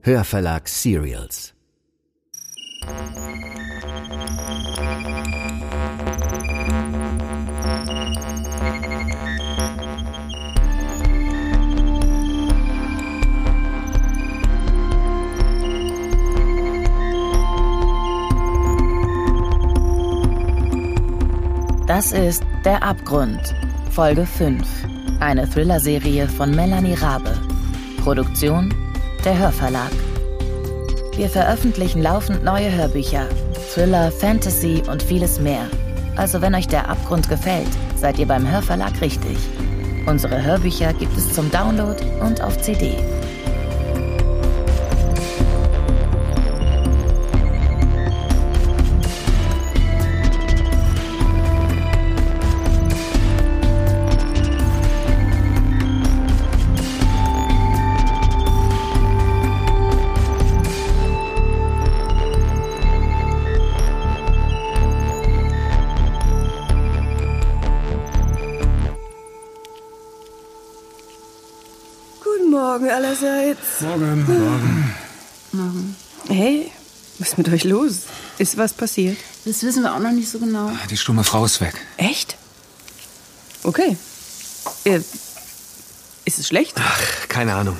Hörverlag Serials. Das ist Der Abgrund, Folge 5. Eine Thriller-Serie von Melanie Rabe. Produktion der Hörverlag. Wir veröffentlichen laufend neue Hörbücher, Thriller, Fantasy und vieles mehr. Also wenn euch der Abgrund gefällt, seid ihr beim Hörverlag richtig. Unsere Hörbücher gibt es zum Download und auf CD. Guten Morgen allerseits. Hm. Morgen. Morgen. Hey, was ist mit euch los? Ist was passiert? Das wissen wir auch noch nicht so genau. Ah. Die stumme Frau ist weg. Echt? Okay. Äh, ist es schlecht? Keine Ahnung.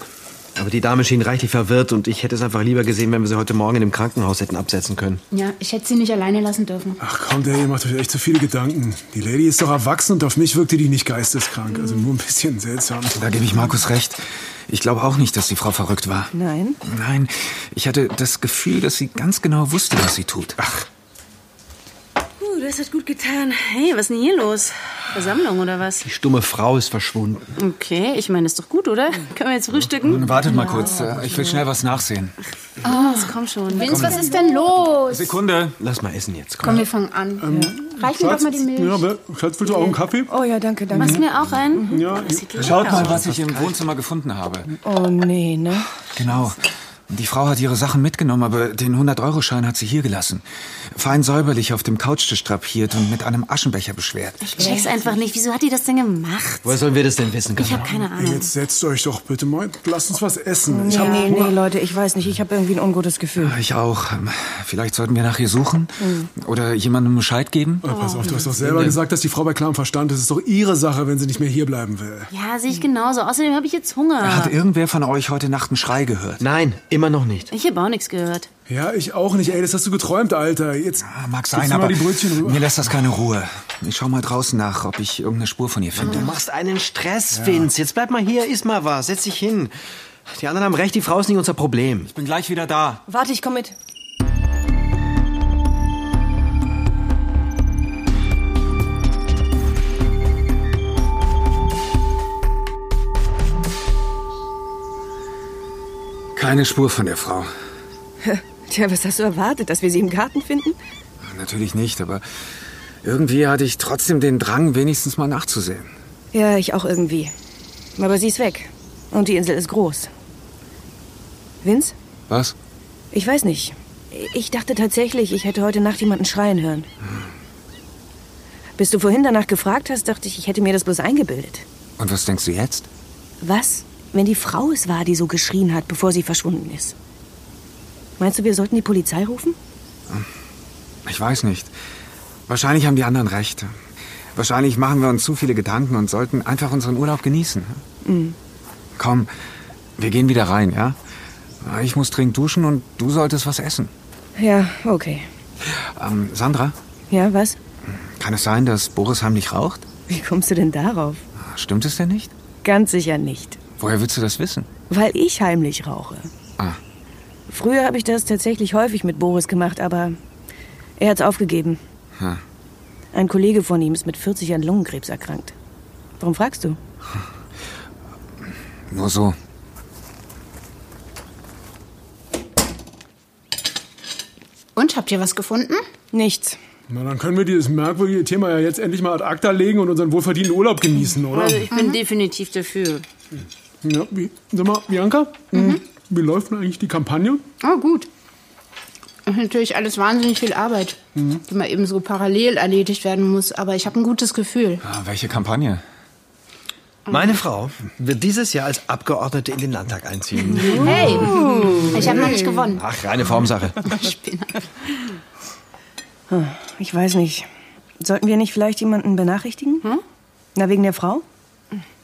Aber die Dame schien reichlich verwirrt und ich hätte es einfach lieber gesehen, wenn wir sie heute Morgen in dem Krankenhaus hätten absetzen können. Ja, ich hätte sie nicht alleine lassen dürfen. Ach komm, der ihr macht euch echt zu viele Gedanken. Die Lady ist doch erwachsen und auf mich wirkte die nicht geisteskrank. Also nur ein bisschen seltsam. Da gebe ich Markus recht. Ich glaube auch nicht, dass die Frau verrückt war. Nein. Nein, ich hatte das Gefühl, dass sie ganz genau wusste, was sie tut. Ach, Uh, das hat gut getan. Hey, was ist denn hier los? Versammlung oder was? die stumme Frau ist verschwunden. Okay, ich meine, ist doch gut, oder? Können wir jetzt frühstücken? Wartet mal kurz, äh, ich will schnell was nachsehen. Das kommt schon. Vince, was ist denn los? Sekunde. Lass mal essen jetzt, komm. Komm, wir fangen an. Reich mir doch mal die Milch. Ja, Mhm. aber, Schatz, willst du auch einen Kaffee? Oh ja, danke, danke. Ist mir auch ein? Ja, Schaut mal, was ich im Wohnzimmer gefunden habe. Oh nee, ne? Genau. Die Frau hat ihre Sachen mitgenommen, aber den 100-Euro-Schein hat sie hier gelassen. Fein säuberlich auf dem Couchtisch drapiert und mit einem Aschenbecher beschwert. Ich check's einfach nicht. Wieso hat die das denn gemacht? Woher sollen wir das denn wissen? Ich habe keine Ahnung. Jetzt setzt euch doch bitte mal. Lasst uns was essen. Ich hab Oh, Nee, nee, Hunger. Leute, ich weiß nicht. Ich habe irgendwie ein ungutes Gefühl. Ich auch. Ähm, Vielleicht sollten wir nach ihr suchen oder jemandem Bescheid geben. Oh, pass auf, du hast doch selber gesagt, dass die Frau bei klarem Verstand ist. Es ist doch ihre Sache, wenn sie nicht mehr hier bleiben will. Ja, sehe ich genauso. Außerdem habe ich jetzt Hunger. Hat irgendwer von euch heute Nacht einen Schrei gehört? Nein, immer noch nicht. Ich habe auch nichts gehört. Ja, ich auch nicht. Ey, das hast du geträumt, Alter. Jetzt Ah, Mag gibst sein, du mal aber die Brötchen rüber. mir lässt das keine Ruhe. Ich schau mal draußen nach, ob ich irgendeine Spur von ihr finde. Du machst einen Stress, Vince. Jetzt bleib mal hier, iss mal was, setz dich hin. Die anderen haben recht, die Frau ist nicht unser Problem. Ich bin gleich wieder da. Warte, ich komme mit. Keine Spur von der Frau. Tja, was hast du erwartet, dass wir sie im Garten finden? Natürlich nicht, aber irgendwie hatte ich trotzdem den Drang, wenigstens mal nachzusehen. Ja, ich auch irgendwie. Aber sie ist weg. Und die Insel ist groß. Vince? Was? Ich weiß nicht. Ich dachte tatsächlich, ich hätte heute Nacht jemanden schreien hören. Bis du vorhin danach gefragt hast, dachte ich, ich hätte mir das bloß eingebildet. Und was denkst du jetzt? Was, wenn die Frau es war, die so geschrien hat, bevor sie verschwunden ist? Meinst du, wir sollten die Polizei rufen? Ich weiß nicht. Wahrscheinlich haben die anderen recht. Wahrscheinlich machen wir uns zu viele Gedanken und sollten einfach unseren Urlaub genießen. Komm, wir gehen wieder rein, ja? Ich muss dringend duschen und du solltest was essen. Ja, okay. Ähm, Sandra, Ja, was? kann es sein, dass Boris heimlich raucht? Wie kommst du denn darauf? Stimmt es denn nicht? Ganz sicher nicht. Woher willst du das wissen? Weil ich heimlich rauche. Ah. Früher habe ich das tatsächlich häufig mit Boris gemacht, aber er hat es aufgegeben. Hm. Ein Kollege von ihm ist mit 40 an Lungenkrebs erkrankt. Warum fragst du? Nur so. Und, habt ihr was gefunden? Nichts. Na, dann können wir dieses merkwürdige Thema ja jetzt endlich mal ad acta legen und unseren wohlverdienten Urlaub genießen, oder? Also ich Mhm. bin definitiv dafür. Ja, wie, sag mal, Bianca, hm, wie läuft denn eigentlich die Kampagne? Oh, gut. Ist natürlich alles wahnsinnig viel Arbeit, die mal eben so parallel erledigt werden muss. Aber ich habe ein gutes Gefühl. Ah, welche Kampagne? Meine Frau wird dieses Jahr als Abgeordnete in den Landtag einziehen. Hey, Oh. ich habe noch nicht gewonnen. Ach, reine Formsache. Ich weiß nicht. Sollten wir nicht vielleicht jemanden benachrichtigen? Na, wegen der Frau?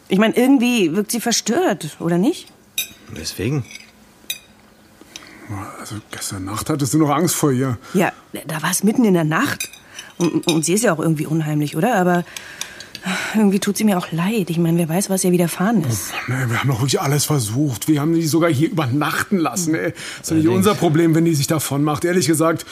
Ich meine, irgendwie wirkt sie verstört, oder nicht? Weswegen? Also gestern Nacht hattest du noch Angst vor ihr. Ja, da war es mitten in der Nacht. Und, und sie ist ja auch irgendwie unheimlich, oder? Aber irgendwie tut sie mir auch leid. Ich meine, wer weiß, was ihr widerfahren ist. Nee, Ne, wir haben doch wirklich alles versucht. Wir haben die sogar hier übernachten lassen. Ey. Das ist ja nicht unser Problem, wenn die sich davon macht. Ehrlich gesagt,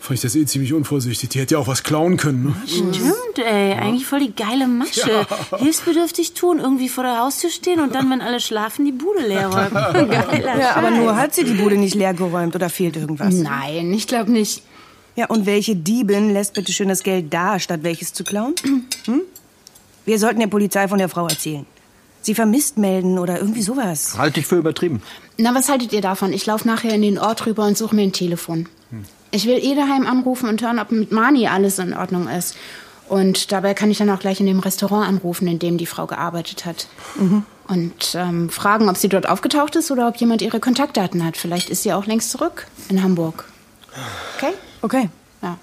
fand ich das eh ziemlich unvorsichtig. Die hätte ja auch was klauen können. Ne? Stimmt, ey. Eigentlich voll die geile Masche. Hilfsbedürftig tun, irgendwie vor der Haustür stehen und dann, wenn alle schlafen, die Bude leer räumen. Geiler Ja, aber Scheiß. nur halt- hat sie die Bude nicht leer geräumt oder fehlt irgendwas. Nein, ich glaube nicht. Ja, und welche Diebin lässt bitte schön das Geld da, statt welches zu klauen? Hm? Wir sollten der Polizei von der Frau erzählen. Sie vermisst melden oder irgendwie sowas. Halte ich für übertrieben. Na, was haltet ihr davon? Ich laufe nachher in den Ort rüber und suche mir ein Telefon. Ich will eh daheim anrufen und hören, ob mit Mani alles in Ordnung ist. Und dabei kann ich dann auch gleich in dem Restaurant anrufen, in dem die Frau gearbeitet hat. Und ähm, fragen, ob sie dort aufgetaucht ist oder ob jemand ihre Kontaktdaten hat. Vielleicht ist sie auch längst zurück in Hamburg. Okay? Okay, Ja.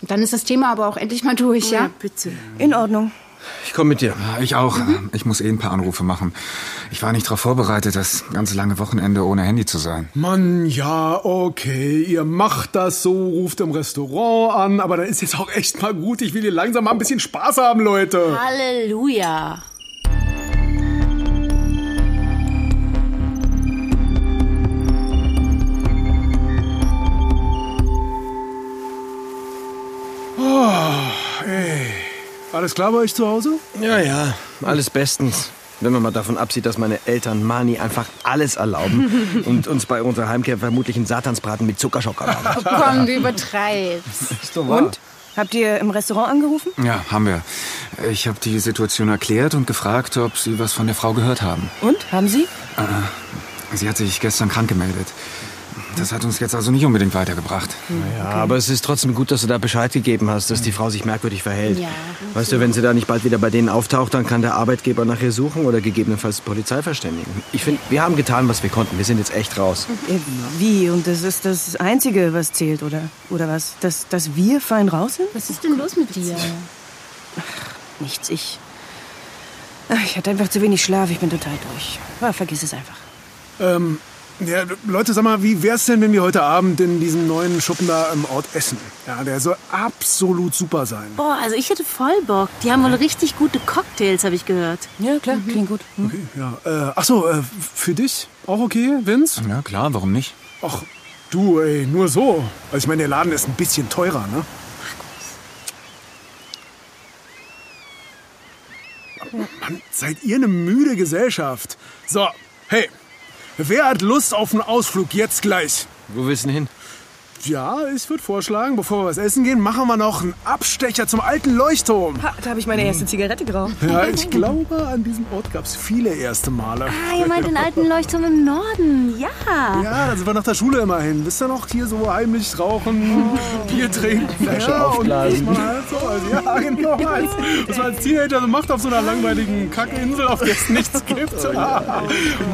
Und dann ist das Thema aber auch endlich mal durch, ja? Bitte. in Ordnung. Ich komme mit dir. Ja, Ah, Ich auch. Ich muss eh ein paar Anrufe machen. Ich war nicht darauf vorbereitet, das ganze lange Wochenende ohne Handy zu sein. Mann, ja, okay, ihr macht das so, ruft im Restaurant an, aber dann ist jetzt auch echt mal gut. Ich will hier langsam mal ein bisschen Spaß haben, Leute. Halleluja. Alles klar bei euch zu Hause? Ja, ja, alles bestens. Wenn man mal davon absieht, dass meine Eltern Mani einfach alles erlauben und uns bei unserer Heimkehr vermutlich einen Satansbraten mit Zuckerschock erlauben. Komm, du übertreibst. Ist doch wahr. Und? Habt ihr im Restaurant angerufen? Ja, haben wir. Ich habe die Situation erklärt und gefragt, ob Sie was von der Frau gehört haben. Und? Haben Sie? Sie hat sich gestern krank gemeldet. Das hat uns jetzt also nicht unbedingt weitergebracht. Ja, aber es ist trotzdem gut, dass du da Bescheid gegeben hast, dass die Frau sich merkwürdig verhält. Ja. weißt du, wenn sie da nicht bald wieder bei denen auftaucht, dann kann der Arbeitgeber nach ihr suchen oder gegebenenfalls die Polizei verständigen. Ich finde, wir haben getan, was wir konnten. Wir sind jetzt echt raus. Äh, Wie? Und das ist das Einzige, was zählt, oder? Oder was? Dass, dass wir fein raus sind? Was ist denn los mit dir? Nichts, ich... Ach, Ich hatte einfach zu wenig Schlaf, ich bin total durch. Ah, vergiss es einfach. Ähm, ja, Leute, sag mal, wie wär's denn, wenn wir heute Abend in diesem neuen Schuppen da im Ort essen? Ja, der soll absolut super sein. Boah, also ich hätte voll Bock. Die haben wohl richtig gute Cocktails, habe ich gehört. Ja, klar, klingt gut. Hm? Okay, ja. Äh, ach so, äh, für dich auch okay, Vince? Ja, klar, warum nicht? Ach, du, ey, nur so. Also ich meine, der Laden ist ein bisschen teurer, ne? Mann, seid ihr eine müde Gesellschaft. So, hey, wer hat Lust auf einen Ausflug jetzt gleich? Wo willst du denn hin? Ja, ich würde vorschlagen, bevor wir was essen gehen, machen wir noch einen Abstecher zum alten Leuchtturm. Ha, da habe ich meine erste Zigarette geraucht. Ja, ich glaube, an diesem Ort gab es viele erste Male. Ah, ihr meint den alten Leuchtturm im Norden. Ja. Ja, da sind wir nach der Schule immer hin. Wisst ihr noch, hier so heimlich rauchen, Oh. Bier trinken, Flasche ja, aufblasen. Und das war halt so, also, ja, genau. Als, was man als Teenager so macht auf so einer langweiligen Kackinsel, auf der es nichts gibt. Oh,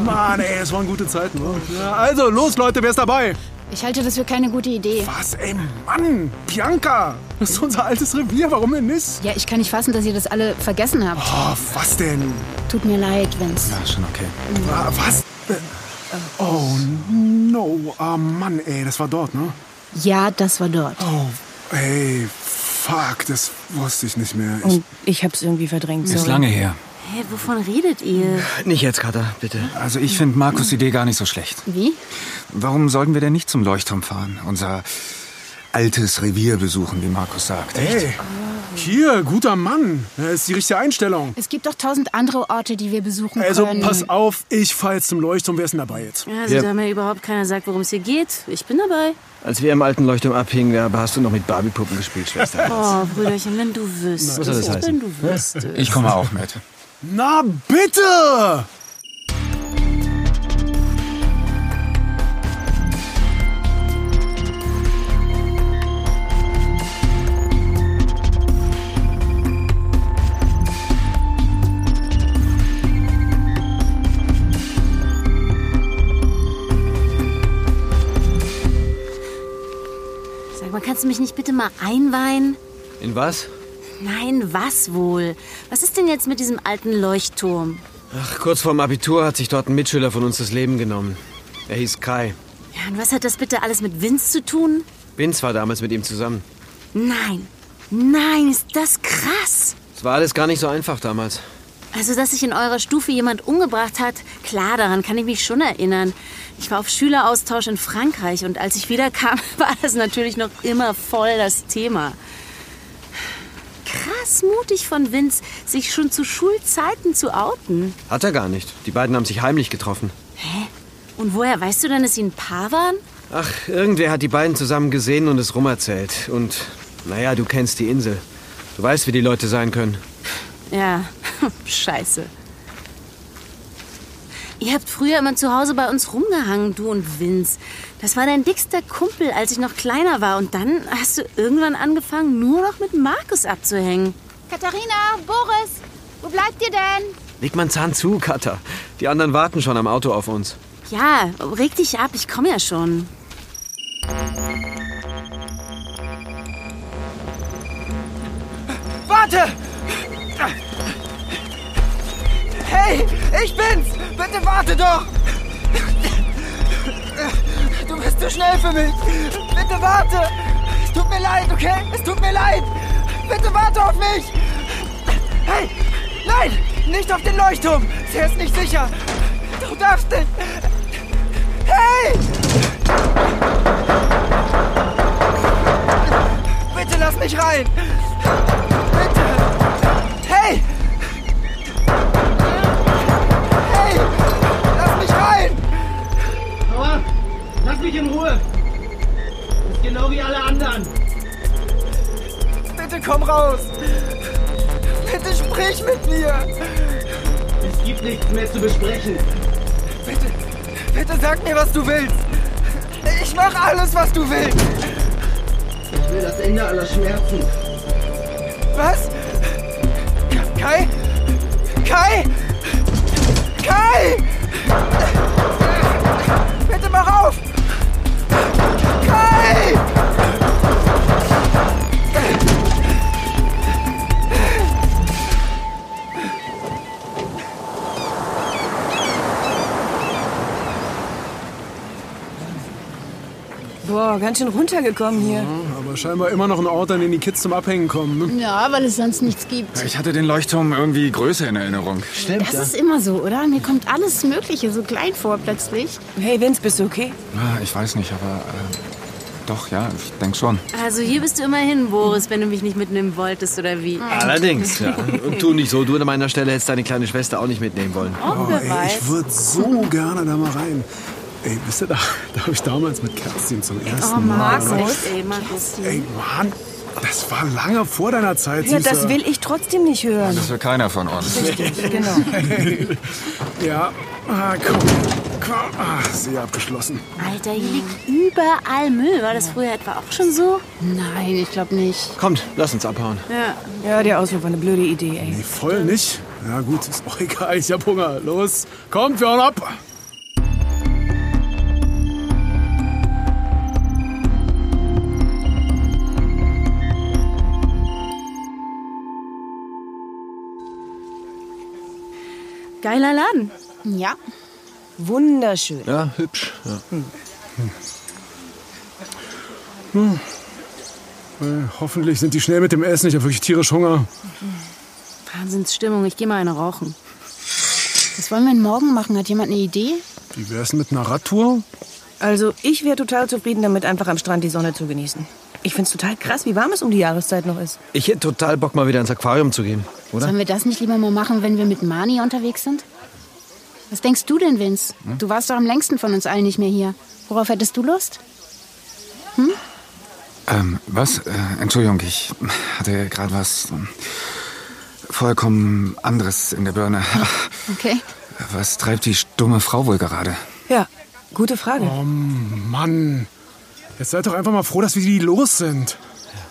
Mann, ey, es waren gute Zeiten. ne? Ja, also, los, Leute, wer ist dabei? Ich halte das für keine gute Idee. Was, ey, Mann, Bianca, das ist unser altes Revier, warum denn nicht? Ja, ich kann nicht fassen, dass ihr das alle vergessen habt. Oh, was denn? Tut mir leid, Vince. Ja, schon okay. Ah, Was? Äh, Oh, no. Ah, Mann, ey, das war dort, ne? Ja, das war dort. Oh, ey, fuck, das wusste ich nicht mehr. Ich, Und ich hab's irgendwie verdrängt. Ist sorry. lange her. Hey, wovon redet ihr? Nicht jetzt, Kater, bitte. Also ich finde Markus' Idee gar nicht so schlecht. Wie? Warum sollten wir denn nicht zum Leuchtturm fahren? Unser altes Revier besuchen, wie Markus sagt. ey, hier, guter Mann. Das ist die richtige Einstellung. Es gibt doch tausend andere Orte, die wir besuchen Also, können. pass auf, ich fahr jetzt zum Leuchtturm. Wer ist denn dabei jetzt? Also Ja. da mir überhaupt keiner sagt, worum es hier geht. Ich bin dabei. Als wir im alten Leuchtturm abhingen, da hast du noch mit Barbiepuppen gespielt, Schwester. Oh, Brüderchen, wenn du wüsstest. Was soll das heißen? Wenn du wüsstest. Ich komme auch mit. Na, bitte! kannst du mich nicht bitte mal einweihen? In was? Nein, was wohl? Was ist denn jetzt mit diesem alten Leuchtturm? Ach, kurz vorm Abitur hat sich dort ein Mitschüler von uns das Leben genommen. Er hieß Kai. Ja, und was hat das bitte alles mit Vince zu tun? Vince war damals mit ihm zusammen. Nein, nein, ist das krass. Es war alles gar nicht so einfach damals. Also, dass sich in eurer Stufe jemand umgebracht hat, klar, daran kann ich mich schon erinnern. Ich war auf Schüleraustausch in Frankreich und als ich wiederkam, war das natürlich noch immer voll das Thema. Krass mutig von Vince, sich schon zu Schulzeiten zu outen. Hat er gar nicht. Die beiden haben sich heimlich getroffen. Hä? Und woher weißt du denn, dass sie ein Paar waren? Ach, irgendwer hat die beiden zusammen gesehen und es rumerzählt. Und naja, du kennst die Insel. Du weißt, wie die Leute sein können. Ja, scheiße. Ihr habt früher immer zu Hause bei uns rumgehangen, du und Vince. Das war dein dickster Kumpel, als ich noch kleiner war. Und dann hast du irgendwann angefangen, nur noch mit Markus abzuhängen. Katharina, Boris, wo bleibt ihr denn? Leg mal einen Zahn zu, Katha. Die anderen warten schon am Auto auf uns. Ja, reg dich ab, ich komme ja schon. Warte! Hey, ich bin's! Bitte warte doch! Du bist zu schnell für mich! Bitte warte! Es tut mir leid, okay? Es tut mir leid! Bitte warte auf mich! Hey! Nein! Nicht auf den Leuchtturm! Der ist nicht sicher! Du darfst nicht! Hey! Bitte lass mich rein! Bitte! Hey! Hey! Lass mich rein! Aua, lass mich in Ruhe. Ist genau wie alle anderen. Bitte komm raus! Bitte sprich mit mir! Es gibt nichts mehr zu besprechen. Bitte, bitte sag mir, was du willst. Ich mach alles, was du willst. Ich will das Ende aller Schmerzen. Was? Kai? Kai? Kai! Bitte mach auf! Kai! Boah, ganz schön runtergekommen hier. Aber scheinbar immer noch ein Ort, an den die Kids zum Abhängen kommen. Ne? Ja, weil es sonst nichts gibt. Ich hatte den Leuchtturm irgendwie größer in Erinnerung. Das ist immer so, oder? Mir kommt alles Mögliche so klein vor plötzlich. Hey, Vince, bist du okay? Ah, Ich weiß nicht, aber äh, doch, ja, ich denke schon. Also hier bist du immerhin, Boris, wenn du mich nicht mitnehmen wolltest oder wie. Allerdings, ja. Und tu nicht so, du an meiner Stelle hättest deine kleine Schwester auch nicht mitnehmen wollen. Oh, wer Ey, ich weiß. würde so gerne da mal rein. Ey, wisst ihr, da, da habe ich damals mit Kerstin zum ersten Oh, Mal. Markus. Ey, Markus. Ey, Mann, das war lange vor deiner Zeit, Ja, Süßer. das will ich trotzdem nicht hören. Das will keiner von uns. Genau. Ja, ah, komm, komm. Ah, sehr abgeschlossen. Alter, hier liegt überall Müll. War das früher etwa auch schon so? Nein, ich glaube nicht. Kommt, lass uns abhauen. Ja, der Ausflug war eine blöde Idee, ey. Nee, voll nicht. Ja gut, ist auch egal, ich hab Hunger. Los, kommt, wir hauen ab. Geiler Laden. Ja. Wunderschön. Ja, hübsch. Ja. Äh, hoffentlich sind die schnell mit dem Essen, ich habe wirklich tierisch Hunger. Wahnsinnsstimmung. Ich gehe mal eine rauchen. Was wollen wir denn morgen machen? Hat jemand eine Idee? Wie wär's denn mit einer Radtour? Also, ich wäre total zufrieden damit, einfach am Strand die Sonne zu genießen. Ich find's total krass, wie warm es um die Jahreszeit noch ist. Ich hätte total Bock, mal wieder ins Aquarium zu gehen, oder? Sollen wir das nicht lieber mal machen, wenn wir mit Mani unterwegs sind? Was denkst du denn, Vince? Du warst doch am längsten von uns allen nicht mehr hier. Worauf hättest du Lust? Ähm, was? Äh, Entschuldigung, ich hatte gerade was ähm, vollkommen anderes in der Birne. Okay. Was treibt die stumme Frau wohl gerade? Ja, gute Frage. Oh, Mann, jetzt seid doch einfach mal froh, dass wir die los sind.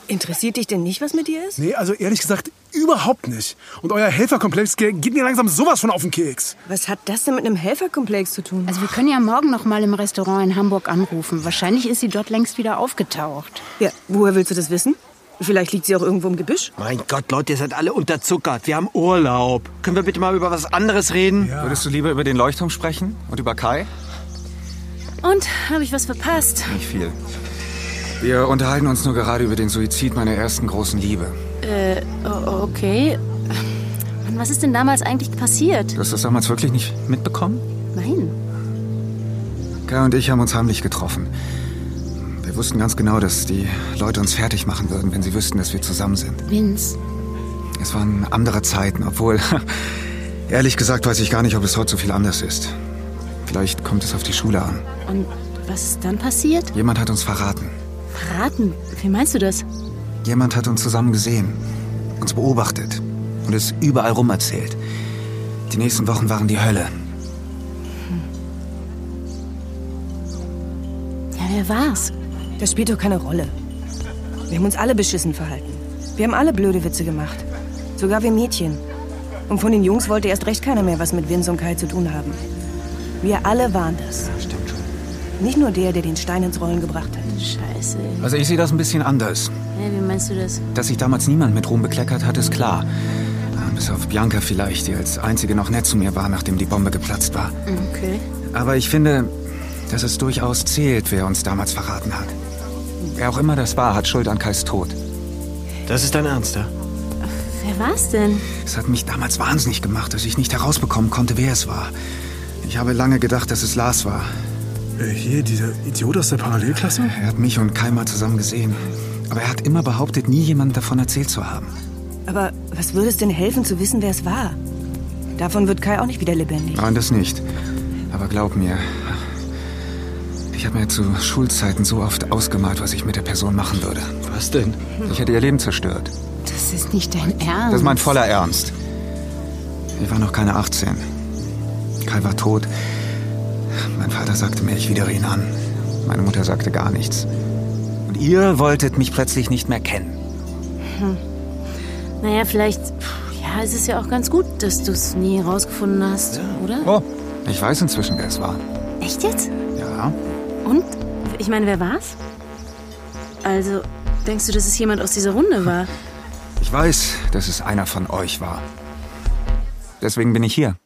Interessiert dich denn nicht, was mit dir ist? Nee, also ehrlich gesagt, überhaupt nicht. Und euer Helferkomplex ge- geht mir langsam sowas von auf den Keks. Was hat das denn mit einem Helferkomplex zu tun? Also wir können ja morgen noch mal im Restaurant in Hamburg anrufen. Wahrscheinlich ist sie dort längst wieder aufgetaucht. Ja, woher willst du das wissen? Vielleicht liegt sie auch irgendwo im Gebüsch. Mein Gott, Leute, ihr seid alle unterzuckert. Wir haben Urlaub. Können wir bitte mal über was anderes reden? Würdest du lieber über den Leuchtturm sprechen? Und über Kai? Und habe ich was verpasst? Nicht viel. Wir unterhalten uns nur gerade über den Suizid meiner ersten großen Liebe. Äh, o- okay. Mann, was ist denn damals eigentlich passiert? Du hast das damals wirklich nicht mitbekommen? Nein. Kai und ich haben uns heimlich getroffen. Wir wussten ganz genau, dass die Leute uns fertig machen würden, wenn sie wüssten, dass wir zusammen sind. Vince. Es waren andere Zeiten, obwohl, ehrlich gesagt, weiß ich gar nicht, ob es heute so viel anders ist. Vielleicht kommt es auf die Schule an. Und was ist dann passiert? Jemand hat uns verraten. Verraten? Wie meinst du das? Jemand hat uns zusammen gesehen, uns beobachtet und es überall rum erzählt. Die nächsten Wochen waren die Hölle. Ja, wer war's? Das spielt doch keine Rolle. Wir haben uns alle beschissen verhalten. Wir haben alle blöde Witze gemacht. Sogar wir Mädchen. Und von den Jungs wollte erst recht keiner mehr was mit Vince und Kai zu tun haben. Wir alle waren das. Stimmt schon. Nicht nur der, der den Stein ins Rollen gebracht hat. Scheiße. Also ich sehe das ein bisschen anders. Hä, wie meinst du das? Dass sich damals niemand mit Ruhm bekleckert hat, ist klar. Ah, Bis auf Bianca vielleicht, die als einzige noch nett zu mir war, nachdem die Bombe geplatzt war. Hm, Okay. Aber ich finde, dass es durchaus zählt, wer uns damals verraten hat. Wer auch immer das war, hat Schuld an Kais Tod. Das ist dein Ernst, ja? Wer war's denn? Es hat mich damals wahnsinnig gemacht, dass ich nicht herausbekommen konnte, wer es war. Ich habe lange gedacht, dass es Lars war. Äh, hier, dieser Idiot aus der Parallelklasse? Er hat mich und Kai mal zusammen gesehen. Aber er hat immer behauptet, nie jemandem davon erzählt zu haben. Aber was würde es denn helfen, zu wissen, wer es war? Davon wird Kai auch nicht wieder lebendig. Nein, das nicht. Aber glaub mir, ich habe mir zu Schulzeiten so oft ausgemalt, was ich mit der Person machen würde. Was denn? Ich hätte ihr Leben zerstört. Das ist nicht dein Ernst. Das ist mein voller Ernst. Ich war noch keine 18. Kai war tot. Mein Vater sagte mir, ich widere ihn an. Meine Mutter sagte gar nichts. Und ihr wolltet mich plötzlich nicht mehr kennen. Naja, vielleicht. Puh, ja, es ist ja auch ganz gut, dass du es nie herausgefunden hast, oder? Oh, ich weiß inzwischen, wer es war. Echt jetzt? Ja. Und? Ich meine, wer war's? Also, denkst du, dass es jemand aus dieser Runde war? Ich weiß, dass es einer von euch war. Deswegen bin ich hier.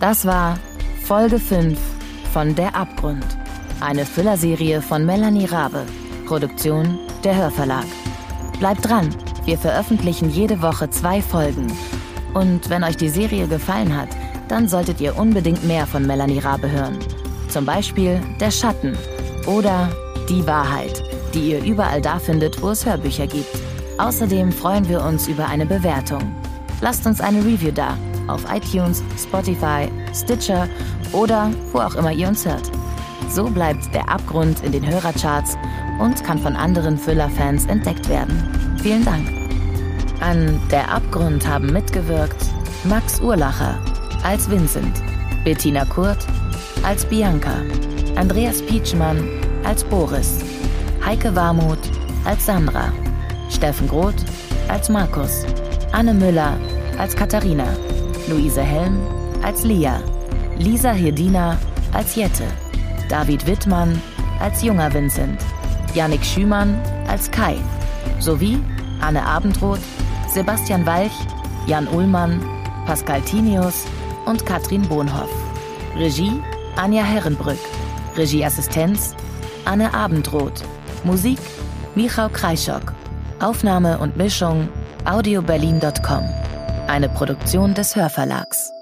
Das war Folge 5 von Der Abgrund. Eine Füllerserie von Melanie Rabe. Produktion der Hörverlag. Bleibt dran, wir veröffentlichen jede Woche zwei Folgen. Und wenn euch die Serie gefallen hat, dann solltet ihr unbedingt mehr von Melanie Rabe hören. Zum Beispiel Der Schatten oder Die Wahrheit, die ihr überall da findet, wo es Hörbücher gibt. Außerdem freuen wir uns über eine Bewertung. Lasst uns eine Review da auf iTunes, Spotify, Stitcher oder wo auch immer ihr uns hört. So bleibt der Abgrund in den Hörercharts und kann von anderen Füller-Fans entdeckt werden. Vielen Dank. An Der Abgrund haben mitgewirkt Max Urlacher als Vincent, Bettina Kurt als Bianca, Andreas Pietschmann als Boris, Heike Warmuth als Sandra, Steffen Groth als Markus, Anne Müller als Katharina, Luise Helm als Lia, Lisa Hirdina als Jette, David Wittmann als junger Vincent, Yannick Schümann als Kai, sowie Anne Abendroth, Sebastian Walch, Jan Ullmann, Pascal Tinius und Katrin Bohnhoff. Regie Anja Herrenbrück. Regieassistenz Anne Abendroth. Musik Michał Kreischock. Aufnahme und Mischung audioberlin.com. Eine Produktion des Hörverlags.